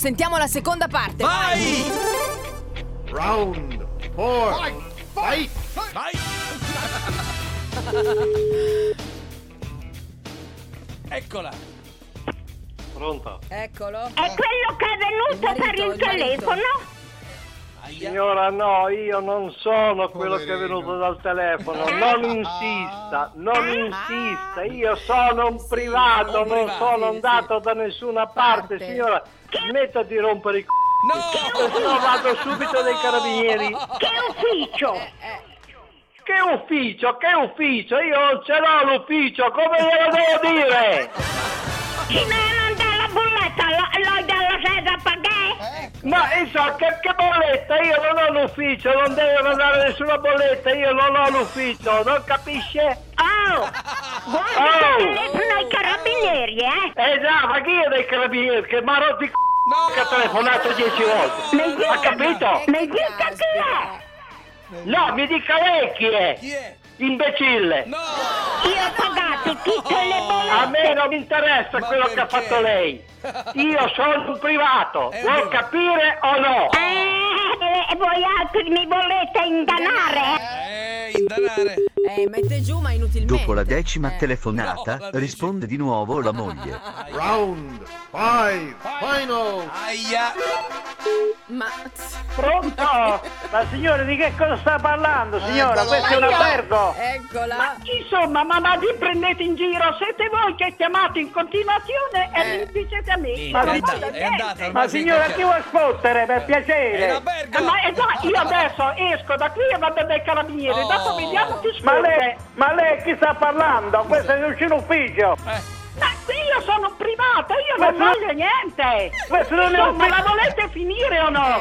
Sentiamo la seconda parte. Vai! Round four. Fight. Vai! Eccola! Pronto. Eccolo. È quello che è venuto Il marito, per il il marito. telefono? Aia. Signora, no, io non sono quello che è Poverino. venuto dal telefono. Non insista, non insista. Io sono un Sì, privato, un non privato, sono sì, andato da nessuna parte. Parte. Signora, smetta di rompere i c***o. No! No, vado subito dai carabinieri. Che ufficio? Che ufficio, che ufficio? Io non ce l'ho l'ufficio, come glielo devo dire? Ci devi mandare la bolletta, lo- l'hai dalla sede a pagare? Ma insomma, che, che bolletta? Io non ho l'ufficio, non devo mandare nessuna bolletta, io non ho l'ufficio, non capisce? Oh! Guarda Oh. il telefono ai carabinieri, eh! Eh già, ma chi è dei carabinieri che mi ha rotto i c***o No! che ha telefonato dieci volte? Ha Ecco capito? Mi dica chi è? No, mi dica lei chi è, Chi è? imbecille! No! Io ho pagato tutte le A bollette! me non mi interessa Ma quello che ha perché? fatto lei. Io sono un privato, Eh, vuol no. capire o no? Eh, e voi altri mi volete ingannare? eh? Eh, indanare! Eh, mette giù, ma inutilmente. Dopo la decima Eh. telefonata, No, la decima. risponde di nuovo la moglie. Round 5 Final Aia! Ma. Pronto? Ma signore, di che cosa sta Eh, parlando, signora? Eccolo. Questo è un Ecco. albergo! Eccola. Oh. Ah. Ma insomma, ma, ma vi prendete in giro? Siete voi che chiamate in continuazione e Eh. mi dicete a me. Sì, Ma, è non andata, voglio è niente. andata, ormai ma sì, signora, perché- chi vuoi sfottere per piacere? È un albergo. Eh, Ma eh, già, io adesso esco da qui e vado dai carabinieri, Oh. dopo vediamo chi sfotte. Ma lei, ma lei chi sta parlando? Questo è un ufficio. Eh, Ma qui io sono privato, io non voglio niente. Questo non è Ma la volete finire o no?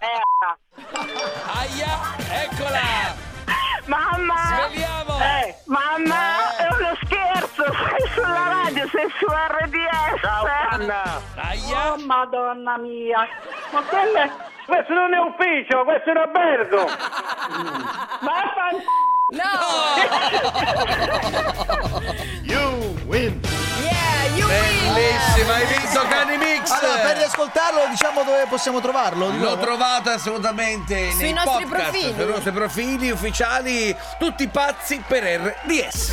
Merda. aia! Eccola! Mamma! Svegliamo! Eh. Mamma! È uno scherzo! Sei sulla radio, sei su RDS! Ciao Anna! Aia! Oh madonna mia! Ma quello è... Questo non è ufficio, questo è un albergo! Ma fan... No! You win Yeah, you win! Bellissima, hai visto Cani Mix? Allora, per riascoltarlo, diciamo dove possiamo trovarlo. di Lo nuovo? trovate assolutamente Sui nei nostri podcast, profili. sui nostri profili ufficiali, tutti pazzi per RDS.